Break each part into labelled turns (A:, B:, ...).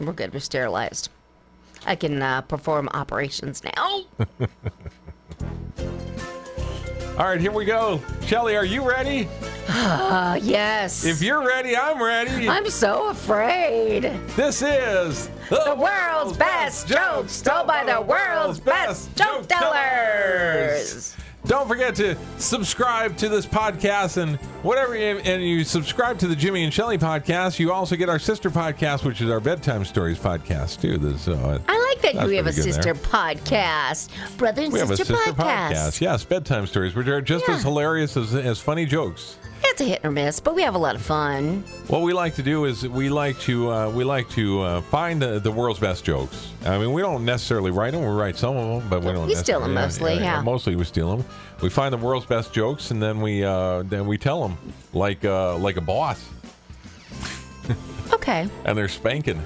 A: We're good. We're sterilized. I can uh, perform operations now.
B: Oh! All right, here we go. Shelly, are you ready?
A: Uh, yes.
B: If you're ready, I'm ready.
A: I'm so afraid.
B: This is
A: The world's best jokes told by the world's best joke tellers.
B: Don't forget to subscribe to this podcast and whatever you, and you subscribe to the Jimmy and Shelly podcast, you also get our sister podcast, which is our bedtime stories podcast too. This, uh,
A: I like that
B: That's
A: we have a
B: pretty good
A: sister
B: there.
A: podcast, brother and
B: we have a
A: sister,
B: sister podcast. Yes, bedtime stories, which are just
A: Yeah.
B: as hilarious as, as funny jokes.
A: It's a hit or miss, but we have a lot of fun.
B: What we like to do is we like to uh, we like to uh, find the, the world's best jokes. I mean, we don't necessarily write them. We write some of them, but we don't.
A: We steal 'em
B: necessarily-
A: mostly, yeah.
B: Mostly we steal them. We find the world's best jokes, and then we uh, then we tell them like uh, like a boss,
A: Okay,
B: and they're spanking,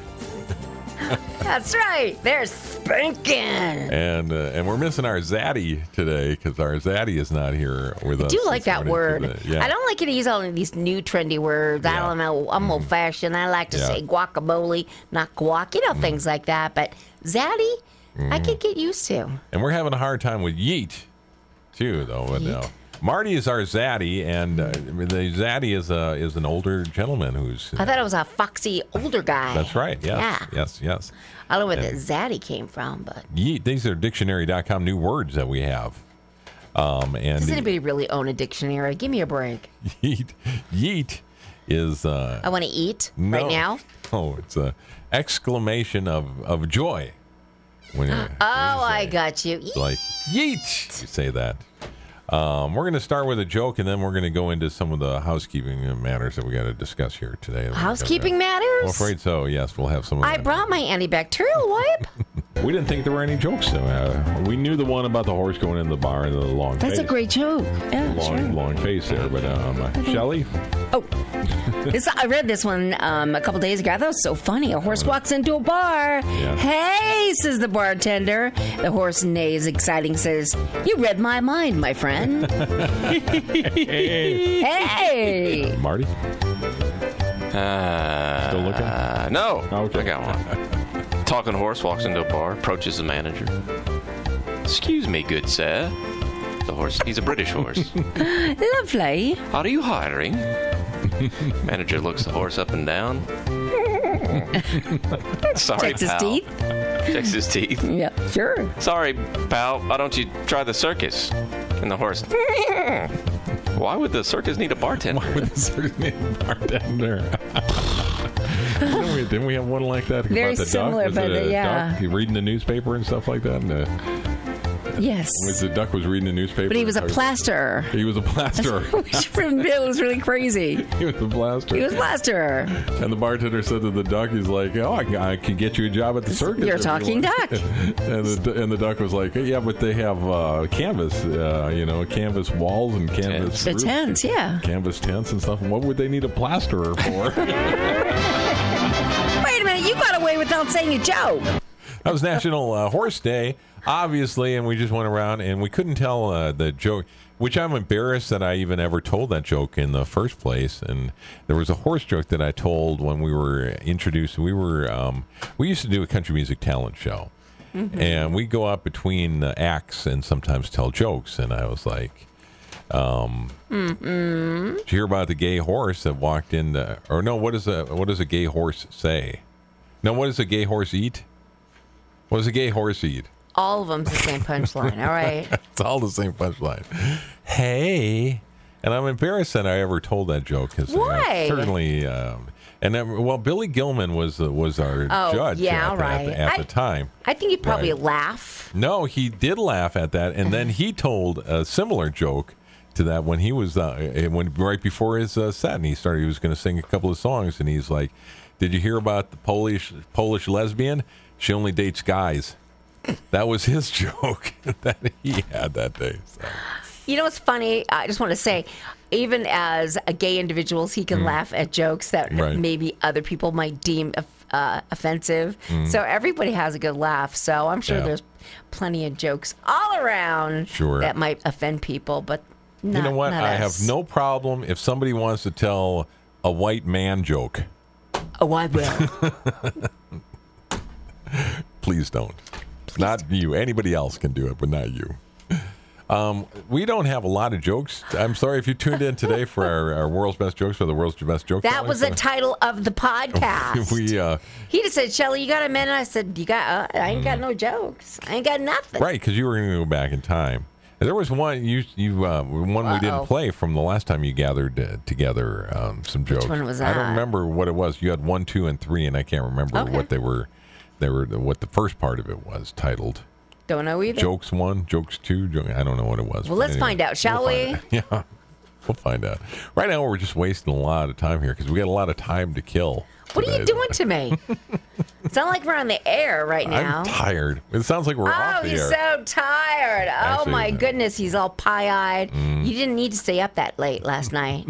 A: that's right. They're spanking.
B: and uh, and we're missing our zaddy today because our zaddy is not here with us.
A: Do you like
B: this
A: that
B: morning
A: word?
B: to the- yeah.
A: I don't like to use all of these new trendy words. I
B: Yeah.
A: don't know. I'm old fashioned. I like to
B: Yeah.
A: say guacamole, not guac. You know things like that. But zaddy, I could get used to.
B: And we're having a hard time with yeet, too, though. But no.
A: Yeet.
B: Marty is our zaddy, and uh, the zaddy is a is an older gentleman who's.
A: I thought it was a foxy older guy.
B: that's right. Yes.
A: Oh, Yeah.
B: Yes. Yes.
A: I don't know where the zaddy came from, but
B: Yeet. These are dictionary.com new words that we have. Um, and
A: does anybody really own a dictionary? Give me a break.
B: yeet, yeet is uh,
A: I want to eat
B: no.
A: right now.
B: No, it's a exclamation of of joy. When you,
A: Oh, I got you. Eat.
B: like yeet you say that um, we're going to start with a joke and then we're going to go into some of the housekeeping uh, matters that we got to discuss here today
A: Housekeeping
B: i'm
A: matters.
B: afraid so yes we'll have some of
A: I
B: that.
A: brought my antibacterial wipe.
B: we didn't think there were any jokes though. Uh, we knew the one about the horse going in the bar and the long
C: That's
B: face.
C: a great joke. Yeah,
B: long,
C: sure.
B: long face there but um, uh, shelly
C: Oh, this, I read this one um, a couple days ago. I thought it was so funny. A horse walks into a bar. Hey, says the bartender. The horse neighs, exciting, says, You read my mind, my friend. hey.
B: marty
D: Uh,
B: Still looking?
D: Uh, no.
B: Okay.
D: I got one. Talking horse walks into a bar, approaches the manager. Excuse me, good sir. The horse, he's a British horse.
C: Lovely.
D: Are you hiring? Manager looks the horse up and down. Sorry,
C: Texas
D: pal.
C: teeth.
D: Checks his teeth.
C: Yeah, sure.
D: Sorry, pal. Why don't you try the circus? And the horse. "Hmm. Why would the circus need a bartender?
B: with a certain bartender didn't, we, didn't we have one like that
C: Very
B: about the
C: similar,
B: duck? Was
C: but,
B: it a
C: uh, yeah.
B: duck? You reading the newspaper and stuff like that and, uh,
C: Yes.
B: was the duck was reading the newspaper
C: But he was a plasterer.
B: He was a plasterer.
C: Which from Bill was really crazy.
B: he was a plasterer.
C: He was a plasterer.
B: and the bartender said to the duck, he's like, oh, I, ca- I can get you a job at the circus.
C: You're
B: if
C: a
B: you
C: talking
B: want."
C: duck.
B: and, the, and the duck was like, yeah, but they have uh, canvas, uh, you know, canvas walls and canvas
C: The
B: roofs,
C: tent, yeah.
B: Canvas tents and stuff. What would they need a plasterer for? that
C: Wait a minute, you got away without saying a joke.
B: was National uh, Horse Day, obviously, and we just went around and we couldn't tell uh, the joke, which I'm embarrassed that I even ever told that joke in the first place. And there was a horse joke that I told when we were introduced. We were um, we used to do a country music talent show. and we go out between the acts and sometimes tell jokes. And I was like, um, "Did you hear about the gay horse that walked in?" The, or no, what does a what does a gay horse say? No, what does a gay horse eat? What does a gay horse eat?
A: All of them's the same punchline. All right.
B: It's all the same punchline. Hey. And I'm embarrassed that I ever told that joke because
A: Why?
B: certainly, um, and then, well, Billy Gilman was uh, was our
A: Oh,
B: judge
A: yeah,
B: at, the- at the,
A: right.
B: at the
A: I-
B: time.
A: I think you'd probably
B: Right.
A: laugh.
B: No, he did laugh at that, and
A: Mm-hmm.
B: then he told a similar joke to that when he was uh, eh, when right before his uh, set, and he started. He was going to sing a couple of songs, and he's like, "Did you hear about the Polish Polish lesbian? She only dates guys." That was his joke that he had that day. So.
A: You know what's funny? I just want to say, even as a gay individuals, he can laugh at jokes that
B: Mm. Right.
A: maybe other people might deem of- uh, offensive. So everybody has a good laugh. So I'm sure
B: Mm. Yeah.
A: there's plenty of jokes all around
B: Sure.
A: that might offend people, but not,
B: you know what?
A: not
B: I
A: us.
B: have no problem if somebody wants to tell a white man joke.
A: Oh, I will.
B: Please don't. not you. Anybody else can do it, but not you. Um, we don't have a lot of jokes. I'm sorry if you tuned in today for our, our world's best jokes or the world's best joke.
A: That
B: challenge,
A: was the
B: but
A: title of the podcast.
B: We uh, Mm.
A: he just said, Shelly, you got a minute? I said, You got, uh, I ain't got no jokes. I ain't got nothing.
B: right because you were going to go back in time. And There was one you you uh, one we
A: Uh-oh.
B: didn't play from the last time you gathered uh, together um, some jokes.
A: one was
B: I
A: that?
B: don't remember what it was. You had one, two, and three, and I can't remember
A: Okay.
B: what they were. They were what the first part of it was titled.
A: Don't know either.
B: jokes one, jokes two. Joke, I don't know what it was.
A: Well,
B: but
A: let's find out, shall
B: we'll find out. Yeah, we'll find out. Right now, we're just wasting a lot of time here because we got a lot of time to kill.
A: What are
B: today.
A: you doing to me? it's not like we're on the air right now.
B: I'm tired. It sounds like we're
A: Oh,
B: off the
A: he's
B: air.
A: so tired. Oh
B: Actually, uh,
A: my
B: no.
A: goodness, he's all pie-eyed. You didn't need to stay up that late last night.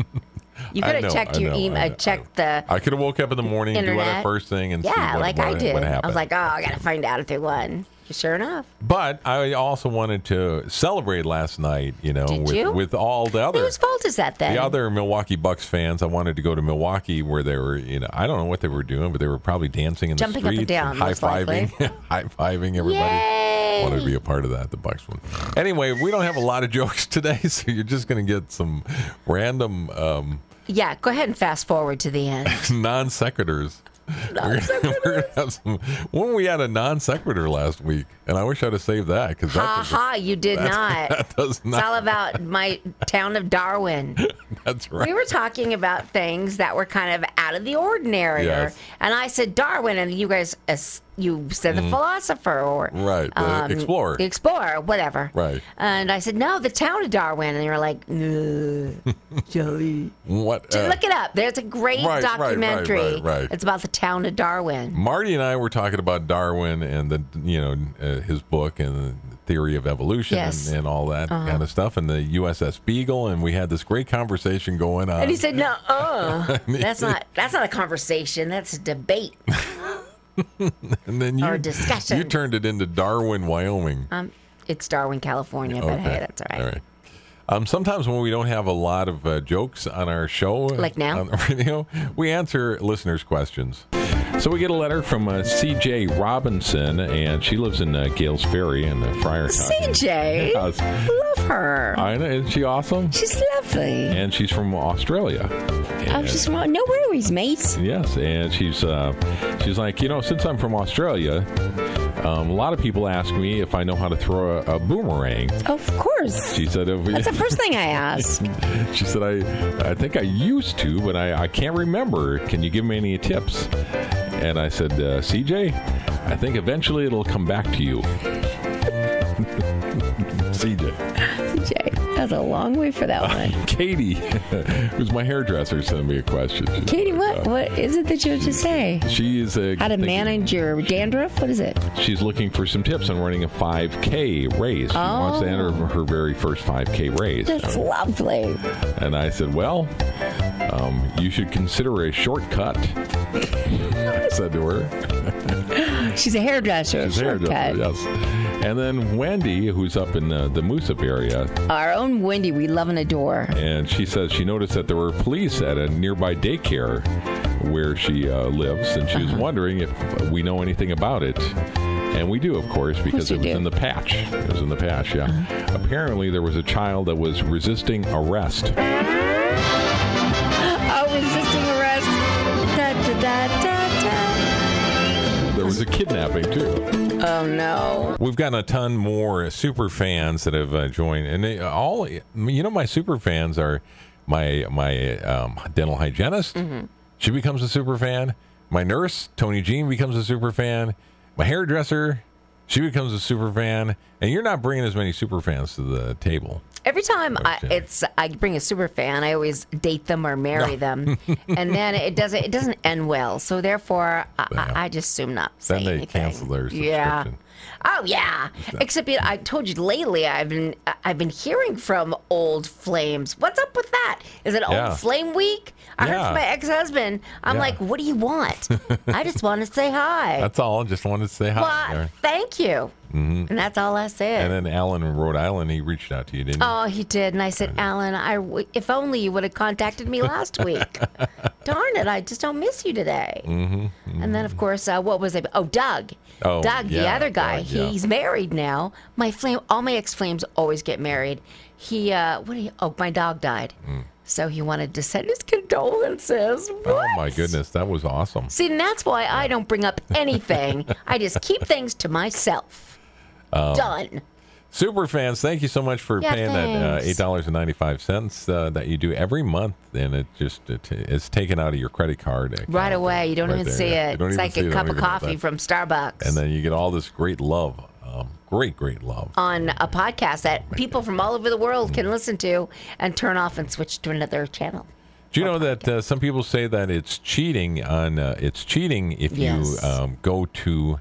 A: You
B: I
A: could have
B: know,
A: checked
B: I
A: your
B: know, I
A: email,
B: know,
A: checked the
B: I could have woke up in the morning, do
A: Internet.
B: our first thing, and
A: yeah,
B: see what,
A: like
B: what,
A: I did.
B: What
A: I
B: happened.
A: was like, oh, I gotta find out if they won. Sure enough,
B: but I also wanted to celebrate last night. You know,
A: Did
B: with,
A: you?
B: with all the other
A: whose fault is that then?
B: The other Milwaukee Bucks fans, I wanted to go to Milwaukee where they were, you know, I don't know what they were doing, but they were probably dancing in
A: Jumping
B: the
A: up and
B: streets,
A: down,
B: high
A: most likely.
B: fiving, high fiving everybody.
A: Yay!
B: Wanted to be a part of that, the Bucks one. Anyway, we don't have a lot of jokes today, so you're just going to get some random um,
A: yeah, go ahead and fast forward to the end.
B: non sequiturs. When we had a non sequitur last week, and I wish I'd have saved that because that,
A: ha
B: doesn't-
A: ha! You did not.
B: that does
A: It's all
B: not.
A: about my town of Darwin.
B: That's right.
A: We were talking about things that were kind of out of the ordinary, or-
B: Yes.
A: and I said Darwin, and you guys, uh, you said the philosopher, or
B: Mm-hmm.
A: um,
B: Right, the explorer.
A: the explorer, whatever.
B: Right.
A: And I said no, the town of Darwin, and you were like, "Ugh, Jelly.
B: what? uh,
A: Look it up. There's a great
B: Right, right, right,
A: documentary.
B: right, right.
A: It's about the town of Darwin.
B: Marty and I were talking about Darwin and the you know uh, his book and the theory of evolution
A: Yes. Uh-huh.
B: and, and all that kind of stuff and the USS Beagle and we had this great conversation going on.
A: And he said, "No, uh, that's not that's not a conversation. That's a debate."
B: And then you
A: our discussion.
B: you turned it into Darwin, Wyoming.
A: Um, it's Darwin, California, but hey, that's all right.
B: Um, sometimes when we don't have a lot of uh, jokes on our show, uh,
A: Like now?
B: on the radio, we answer listeners' questions. So we get a letter from uh, C.J. Robinson, and she lives in uh, Gales Ferry in uh, Friar.
C: CJ.
B: Yes.
C: Love her.
B: I know. Isn't she awesome?
C: She's lovely.
B: And she's from Australia.
C: Oh,
B: And-
C: she's wrong. No worries, mate.
B: yes, and she's uh, she's like you know since I'm from Australia, um, a lot of people ask me if I know how to throw a, a boomerang.
C: Of course.
B: She said if-
C: That's the first thing I ask.
B: she said I I think I used to, but I, I can't remember. Can you give me any tips? And I said uh, CJ, I think eventually it'll come back to you. CJ.
C: CJ. That's a long way for that one.
B: Katie, who's my hairdresser, sent me a question. She's
C: Katie,
B: like,
C: what
B: uh,
C: what is it that you have to say?
B: She is a,
C: How to
B: thinking-
C: manage your dandruff? What is it?
B: She's looking for some tips on running a 5K race. She wants to
C: Oh.
B: enter her very first 5K race.
C: That's lovely.
B: And I said, well, um, you should consider a shortcut. I said to her,
C: She's a hairdresser.
B: She's a hairdresser,
C: shortcut.
B: yes. And then Wendy, who's up in uh, the Moose Up area,
C: Our own Wendy, we love and adore.
B: and she says she noticed that there were police at a nearby daycare where she uh, lives, and she was wondering if we know anything about it. And we do, of course, because
C: you
B: it was
C: do.
B: in the patch. It was in the patch, yeah. Apparently, there was a child that was resisting arrest.
C: Oh, resisting arrest. Da, da, da,
B: There was a kidnapping, too.
C: da, da. Oh, no.
B: We've gotten a ton more super fans that have uh, joined, and they all, you know, my super fans are my my um, dental hygienist.
A: Mm-hmm.
B: She becomes a super fan. My nurse, Tony Jean, becomes a super fan. My hairdresser, she becomes a super fan. And you're not bringing as many super fans to the table.
A: Every time I,
B: Okay.
A: it's I bring a super fan, I always date them or marry them, and then it doesn't it doesn't end well. So therefore, I, I, I just assume not. Say
B: Then they
A: anything.
B: cancel their
A: Yeah.
B: subscription.
A: Oh yeah. Except you know, I told you lately, I've been I've been hearing from old flames. What's up with that? Is it
B: Yeah.
A: old flame week? I heard
B: Yeah.
A: from my ex husband. I'm
B: Yeah.
A: like, what do you want? I just want to say hi.
B: That's Mm-hmm. all. Just wanted to say hi.
A: well,
B: there.
A: thank you. And that's all I said.
B: And then Alan in Rhode Island, he reached out to you, didn't he?
A: Oh, he did. And I said, Alan, I w- if only you would have contacted me last week. darn it, I just don't miss you today. And then, of course, uh, what was it? Oh, Doug.
B: Mm-hmm, Oh,
A: Doug, the
B: yeah,
A: other guy.
B: Doug, yeah.
A: He's married now. My flame, all my ex flames always get married. He, uh, what? do you oh, my dog died.
B: Mm.
A: So he wanted to send his condolences. What?
B: Oh my goodness, that was awesome.
A: See, and that's why I don't bring up anything. I just keep things to myself.
B: Oh.
A: Done.
B: Super fans, thank you so much for
A: Yeah,
B: paying that uh, eight
A: thanks.
B: dollars and ninety five cents uh, that you do every month, and it just it, it's taken out of your credit card account.
A: Right away. You don't
B: Right
A: even
B: there.
A: see
B: You
A: it.
B: don't
A: It's
B: even
A: like
B: see it.
A: a
B: I
A: cup
B: don't
A: of
B: even know
A: coffee
B: that.
A: from Starbucks.
B: and then you get all this great love, um, great great love.
A: on a podcast that people from all over the
B: Mm-hmm.
A: world can listen to and turn off and switch to another channel.
B: Do you know that uh, some people say that it's cheating on uh, it's cheating if
A: Yes.
B: you um, go to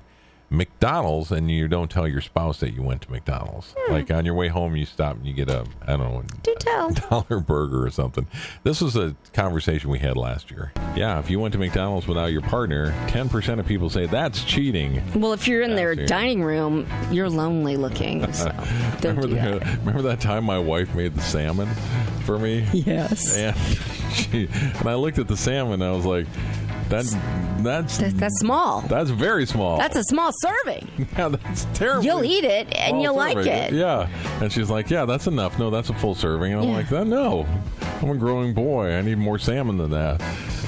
B: McDonald's and you don't tell your spouse that you went to McDonald's.
A: Hmm.
B: Like on your way home, you stop and you get a I don't know
A: Do tell.
B: dollar burger or something. This was a conversation we had last year. Yeah, if you went to McDonald's without your partner, ten percent of people say that's cheating.
C: Well, if you're in their
B: Absolutely.
C: dining room, you're lonely looking. So don't
B: Remember,
C: do that.
B: that, remember that time my wife made the salmon for me?
C: Yes.
B: And she and I looked at the salmon and I was like, that that's
C: That- that's small.
B: that's very small.
C: That's a small serving.
B: yeah, that's terrible.
C: You'll eat it and
B: Small
C: you'll like
B: serving.
C: it.
B: Yeah. And she's like, Yeah, that's enough. No, that's a full serving. And I'm
C: Yeah.
B: like, that no. I'm a growing boy. I need more salmon than that.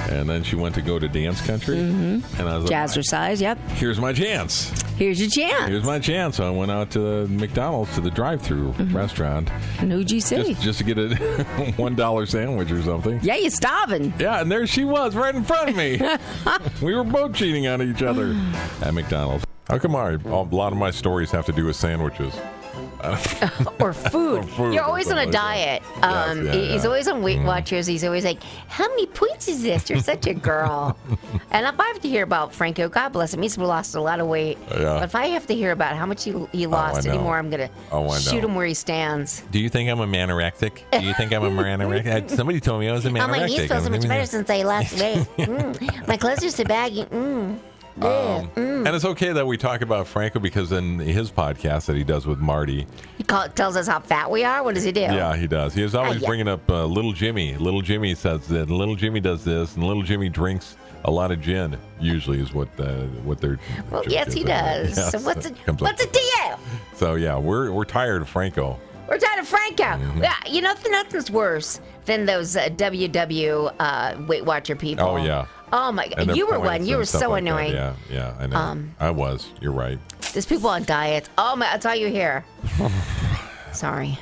B: And then she went to go to dance country.
C: Mm-hmm.
B: And I was like,
C: Jazzercise, yep.
B: Here's my chance.
C: Here's your chance.
B: Here's my chance. So I went out to McDonald's to the drive through
C: Mm-hmm.
B: restaurant
C: And who'd you see?
B: just, just to get a $1 sandwich or something.
C: yeah, you're starving.
B: Yeah, and there she was right in front of me. we were both cheating on each other at McDonald's. How come I, a lot of my stories have to do with sandwiches?
A: Or food.
B: food
A: You're
B: or
A: always on a
B: something like
A: diet.
B: that.
A: Um,
B: Yes, yeah, Mm-hmm.
A: he- he's
B: yeah.
A: always on Weight Watchers. He's always like, How many points is this? You're such a girl. and if I have to hear about Franco, God bless him, he's lost a lot of weight.
B: Yeah. Oh,
A: But if I have to hear about how much he, he lost
B: know.
A: anymore, I'm going to
B: Oh, I
A: shoot
B: know.
A: him where he stands.
B: Do you think I'm a manoractic? Do you think I'm a manoractic? Somebody told me I was a
A: Oh, my knees feel so much better since I lost weight. Mm. My clothes are so baggy. Mm. Yeah.
B: And it's okay that we talk about Franco because in his podcast that he does with Marty,
A: He call, tells us how fat we are. What does he do?
B: yeah, he does. He is always
A: Oh. yeah.
B: bringing up uh, Little Jimmy. Little Jimmy says that Little Jimmy does this, and Little Jimmy drinks a lot of gin. Usually is what uh, what they're.
A: Well,
B: joke
A: yes, he
B: is.
A: does.
B: Yes,
A: so what's
B: it
A: it?
B: comes up
A: What's it to you?
B: So yeah, we're we're tired of Franco.
A: We're tired of Franco.
B: Mm-hmm.
A: Yeah, you know nothing's worse than those uh, WW uh, Weight Watcher people.
B: Oh, yeah.
A: Oh my
B: and
A: God,
B: their
A: you were
B: points
A: one. You
B: and
A: were
B: stuff
A: so
B: like that.
A: annoying. Um,
B: Yeah, yeah, I know. I was. You're right.
A: There's people on diets. Oh my, that's all you hear. Sorry,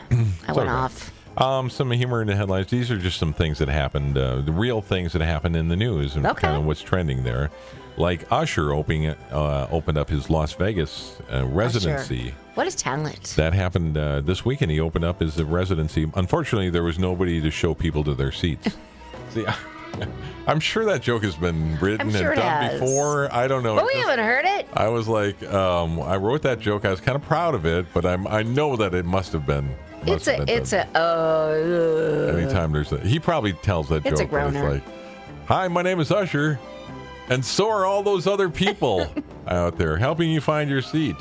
A: I went
B: okay.
A: off.
B: Um, some humor in the headlines. These are just some things that happened, uh, the real things that happened in the news, and
A: Okay.
B: kind of what's trending there. Like Usher opening uh, opened up his Las Vegas uh, residency.
A: Sure. What a talent.
B: That happened uh, this weekend. He opened up his uh, residency. Unfortunately, there was nobody to show people to their seats. See, I'm sure that joke has been written
A: I'm sure
B: and
A: it
B: done
A: has.
B: before. I don't know.
A: But
B: It
A: Oh, we
B: just-
A: haven't heard it.
B: I was like, um, I wrote that joke. I was kind of proud of it, but I'm, I know that it must have been.
A: It's
B: must have
A: a,
B: been
A: it's
B: done.
A: a, uh,
B: Anytime there's a, he probably tells that
A: It's a
B: joke. but
A: groaner.
B: like, hi, my name is Usher, and so are all those other people out there helping you find your seat.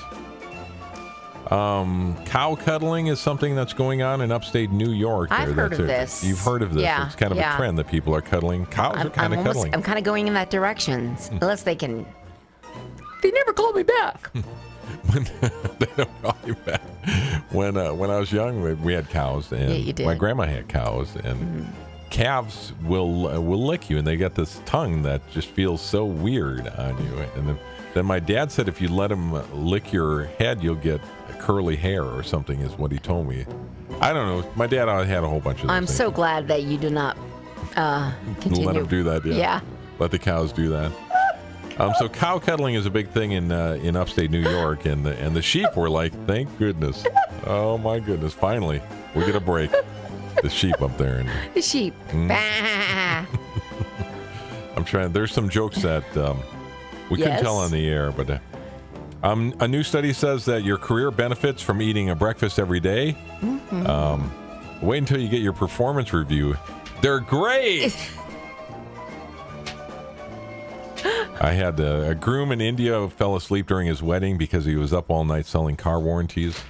B: Um, cow cuddling is something that's going on in upstate New York.
A: I've
B: There,
A: heard
B: that's
A: of
B: a-
A: this.
B: You've heard of this.
A: Yeah,
B: It's kind of a
A: yeah.
B: trend that people are cuddling. Cows are
A: I'm,
B: kind
A: I'm
B: of
A: almost,
B: cuddling. Hmm.
A: I'm kind of going in that direction, unless they can. They never called me back.
B: when they don't call you back. When uh, when I was young, we, we had cows, and
A: Yeah, you did. Mm-hmm.
B: my grandma had cows, and calves will uh, will lick you, and they got this tongue that just feels so weird on you. And then, then my dad said if you let him uh, lick your head, you'll get curly hair or something, is what he told me. I don't know. My dad always had a whole bunch of. those
A: I'm
B: things.
A: so glad that you do not uh, continue.
B: Let them do that. Yeah.
A: Yeah.
B: Let the cows do that. Um, so cow cuddling is a big thing in uh, in upstate New York, and the and the sheep were like, thank goodness, oh my goodness, finally we get a break. The sheep up there, and
A: The sheep. Bah.
B: I'm trying. There's some jokes that um, we couldn't
A: Yes.
B: tell on the air, but uh, um, a new study says that your career benefits from eating a breakfast every day.
A: Mm-hmm.
B: Um, wait until you get your performance review. They're great. I had uh, a, a groom in India who fell asleep during his wedding because he was up all night selling car warranties.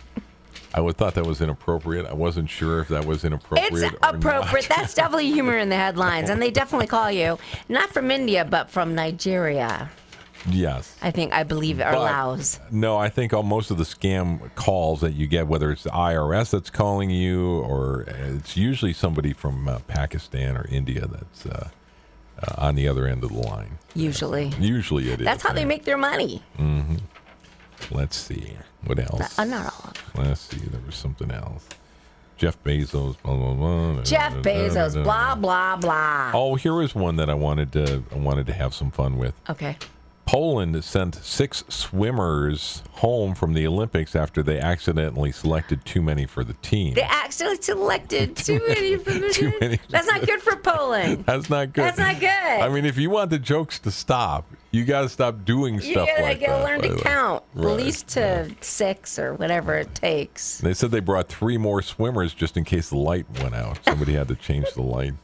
B: I would thought that was inappropriate. I wasn't sure if that was inappropriate.
A: It's
B: or not.
A: appropriate. That's definitely humor in the headlines, and they definitely call you not from India but from Nigeria.
B: Yes.
A: I think I believe or
B: But-
A: Laos.
B: No, I think all, most of the scam calls that you get, whether it's the IRS that's calling you or uh, it's usually somebody from uh, Pakistan or India that's uh, uh, on the other end of the line.
A: Usually,
B: Usually it is.
A: that's how they
B: yeah.
A: make their money.
B: Let's see. What else?
A: Uh, not all of them.
B: Let's see. There was something else. Jeff Bezos, blah, blah, blah.
A: Jeff Bezos, blah blah blah.
B: Oh, here is one that I wanted to I wanted to have some fun with.
A: Okay.
B: Poland sent six swimmers home from the Olympics after they accidentally selected too many for the team.
A: They actually selected too many from the
B: too many.
A: That's not good for Poland.
B: That's not good.
A: That's not good.
B: I mean, if you want the jokes to stop, you got to stop doing
A: You
B: stuff
A: gotta,
B: like
A: gotta
B: that.
A: learn to
B: Right.
A: count,
B: Right.
A: at least to six or whatever it takes.
B: They said they brought three more swimmers just in case the light went out. Somebody had to change the light.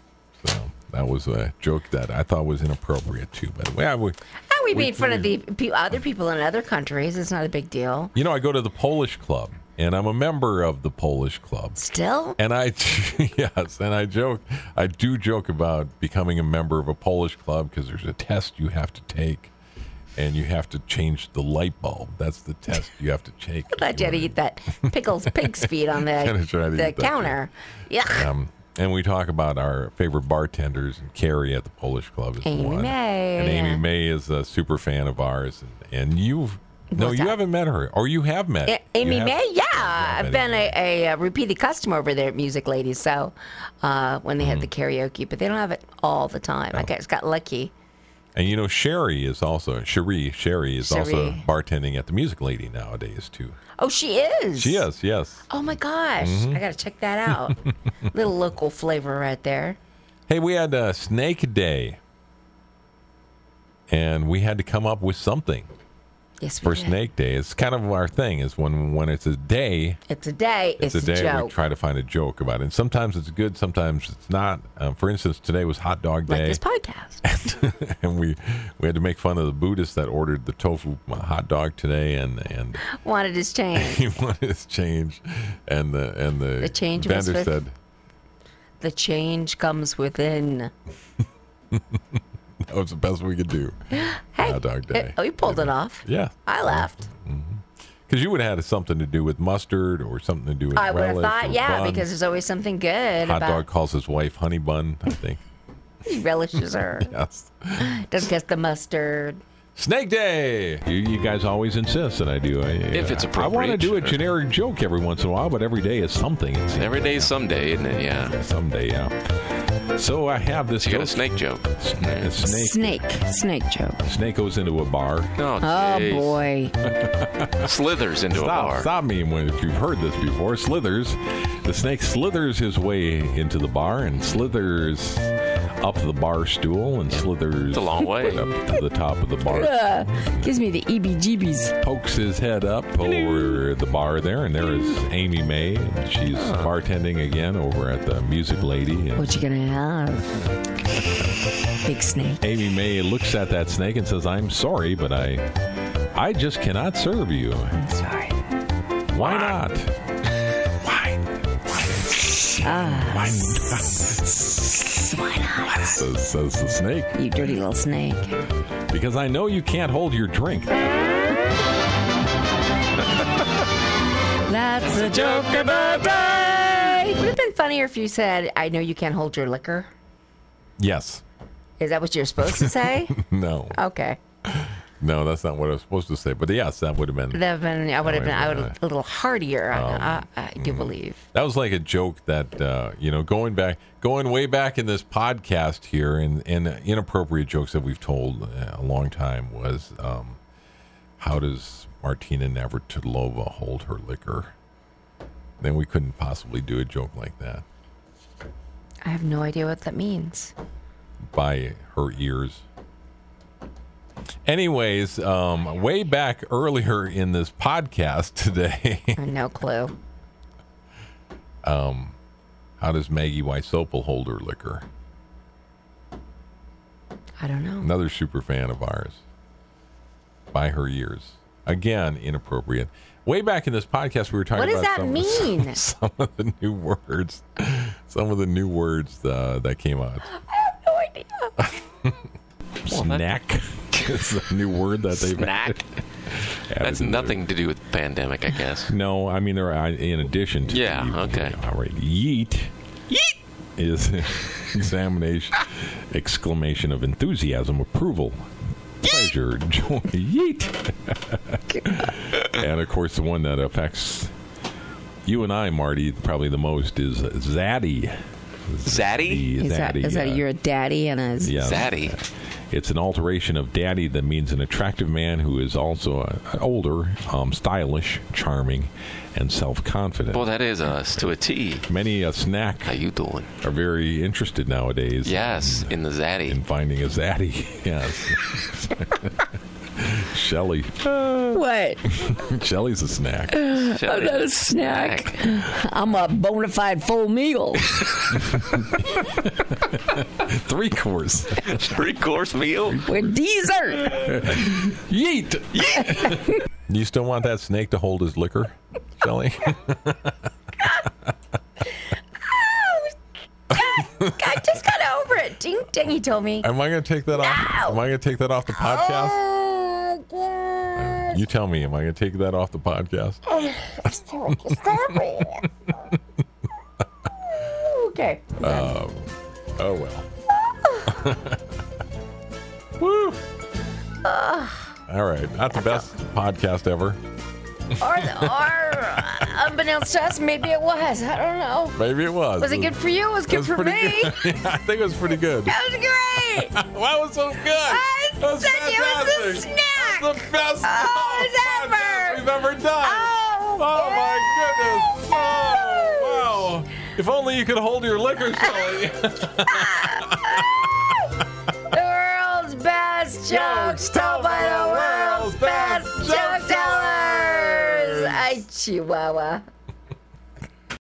B: So that was a joke that I thought was inappropriate too. But yeah, we,
A: And we, made fun of the pe- other people in other countries. It's not a big deal.
B: you know, I go to the Polish club and I'm a member of the Polish club.
A: Still,
B: And I, yes, and I joke, I do joke about becoming a member of a Polish club because there's a test you have to take and you have to change the light bulb. That's the test you have to take.
A: I had to eat that pickles pig's feet on
B: Gotta
A: the,
B: try to eat
A: the
B: that
A: counter. Yeah.
B: Um, and we talk about our favorite bartenders, and Carrie at the Polish Club is
A: Amy
B: one.
A: May.
B: And Amy May is a super fan of ours. And, and you've, no,
A: What's
B: you
A: that?
B: haven't met her, or you have met
A: A- Amy
B: you have-
A: May, yeah.
B: Amy
A: I've been a, a, uh repeated customer over there at Music Ladies. So uh, when they had the
B: Mm-hmm.
A: karaoke, but they don't have it all the time.
B: Oh.
A: I just got lucky.
B: And you know, Sherry is also Sherry. Sherry is also
A: Sherry.
B: bartending at the Music Lady nowadays too.
A: Oh, she is.
B: She is, Mm-hmm. yes.
A: Oh my gosh. I got to check that out. Little local flavor right there.
B: Hey, we had uh, Snake Day, and we had to come up with something
A: Yes, we
B: for
A: did.
B: Snake Day. It's kind of our thing. Is when when it's a day,
A: It's a day. It's,
B: it's, a day we
A: joke.
B: try to find a joke about it. And sometimes it's good, sometimes it's not. Um, for instance, today was Hot Dog
A: like
B: Day,
A: this podcast.
B: and we we had to make fun of the Buddhist that ordered the tofu uh, hot dog today, and and
A: Wanted his change.
B: he wanted his change, and the and the,
A: The change was
B: vendor
A: with-
B: said.
A: The change comes within.
B: That was "Oh, the best we could do.
A: Hey,
B: Hot dog
A: it-
B: day.
A: oh, you pulled it off.
B: Yeah.
A: I laughed.
B: Because you would have had something to do with mustard or something to do with
A: I would have
B: relish or
A: thought, yeah,
B: bun.
A: because there's always something good
B: hot
A: about
B: dog calls his wife honey bun. I think.
A: he relishes her.
B: yes.
A: Doesn't get the mustard.
B: Snake Day. You, you guys always insist that I do. I,
D: If it's
B: I want to
D: appropriate,
B: do a
D: sure.
B: generic joke every once in a while, but every day is something. It's
D: Every day is someday, isn't it? Yeah.
B: someday, yeah. So I have this
D: You got a
B: joke.
D: snake joke.
B: Sna- snake.
C: Snake. Snake joke.
B: Snake goes into a bar.
D: Oh,
C: Oh,
D: jeez.
C: boy.
D: Slithers into a
B: Stop,
D: bar.
B: stop me when, if you've heard this before. Slithers. The snake slithers his way into the bar and slithers up the bar stool and slithers
D: It's a long way.
B: up to the top of the bar.
C: Uh, gives me the EBGBs.
B: Pokes his head up over the bar there, and there is Amy May. and She's bartending again over at the Music Lady. And
C: What you gonna have? Big snake.
B: Amy May looks at that snake and says, "I'm sorry, but I, I just cannot serve you.
C: I'm sorry.
B: Why not? Why? Why not?"
C: Why not?
B: says, says the snake,
C: You dirty little snake.
B: because I know you can't hold your drink.
C: That's a joke of the
A: It
C: day.
A: would have been funnier if you said, I know you can't hold your liquor.
B: Yes.
A: Is that what you're supposed to say?
B: No.
A: okay.
B: No, that's not what I was supposed to say. But yes, that would have been.
A: That would have been, I would have
B: wait
A: been, I
B: a
A: would have
B: minute.
A: a little heartier, I, I, I
B: Um,
A: do
B: mm-hmm.
A: believe.
B: That was like a joke that uh, you know, going back, going way back in this podcast here, and and inappropriate jokes that we've told uh, a long time was, um, how does Martina Navratilova hold her liquor? Then we couldn't possibly do a joke like that
A: I have no idea what that means.
B: by her ears. Anyways, um, way back earlier in this podcast today,
A: I have no clue.
B: how does Maggie Weisopel hold her liquor?
A: I don't know.
B: Mm-hmm. Another super fan of ours. By her ears. Again, inappropriate. Way back in this podcast, we were talking
A: What does
B: about
A: that
B: some,
A: mean?
B: some of the new words, some of the new words uh, that came out.
A: No idea.
B: Snack is a new word that they've
D: Snack.
B: added
D: That's
B: in there.
D: nothing to do with pandemic, I guess.
B: No, I mean there are in addition to.
D: Yeah, okay.
B: All right. Yeet. Yeet is examination, exclamation of enthusiasm, approval, pleasure, joy. Yeet. and of course, the one that affects you and I, Marty, probably the most is zaddy.
D: Zaddy?
C: Is that is that
B: yeah.
C: you're a daddy and a
B: Yeah.
D: Zaddy.
B: It's an alteration of daddy that means an attractive man who is also uh, older, um, stylish, charming, and self confident.
D: Well, that is us to a T.
B: Many a snack
D: How you doing?
B: are very interested nowadays.
D: Yes, in the
B: In, in
D: Zaddy.
B: finding a zaddy. Yes. Shelly.
C: what?
B: Shelly's a snack.
D: Shelly.
C: Another snack. I'm a bona fide full meal.
B: Three course.
D: Three course meal.
C: with dessert.
B: Yeet. Do you still want that snake to hold his liquor, Shelly?
A: I just got over it. Ding ding, he told me.
B: Am I going to take that off?
A: No.
B: Am I going to take that off the podcast?
A: Oh, God.
B: You tell me. Am I going to take that off the podcast?
A: okay.
B: Oh well. Woo. All right, not the best podcast ever.
A: or, or uh, unbeknownst to us, maybe it was. I don't know.
B: Maybe it was.
A: Was it good for you? It was good
B: was
A: for me.
B: pretty good. Yeah, I think it was pretty good.
A: That was great.
B: That was so good.
A: I
B: That was
A: said it was a
B: fantastic.
A: snack.
B: That's the best
A: Oh, it was
B: podcast
A: ever.
B: we've ever done.
A: Oh,
B: my goodness. Oh, wow. If only you could hold your liquor, Shelly.
A: The world's best jokes told by the world's best joke tellers. Ay, Chihuahua.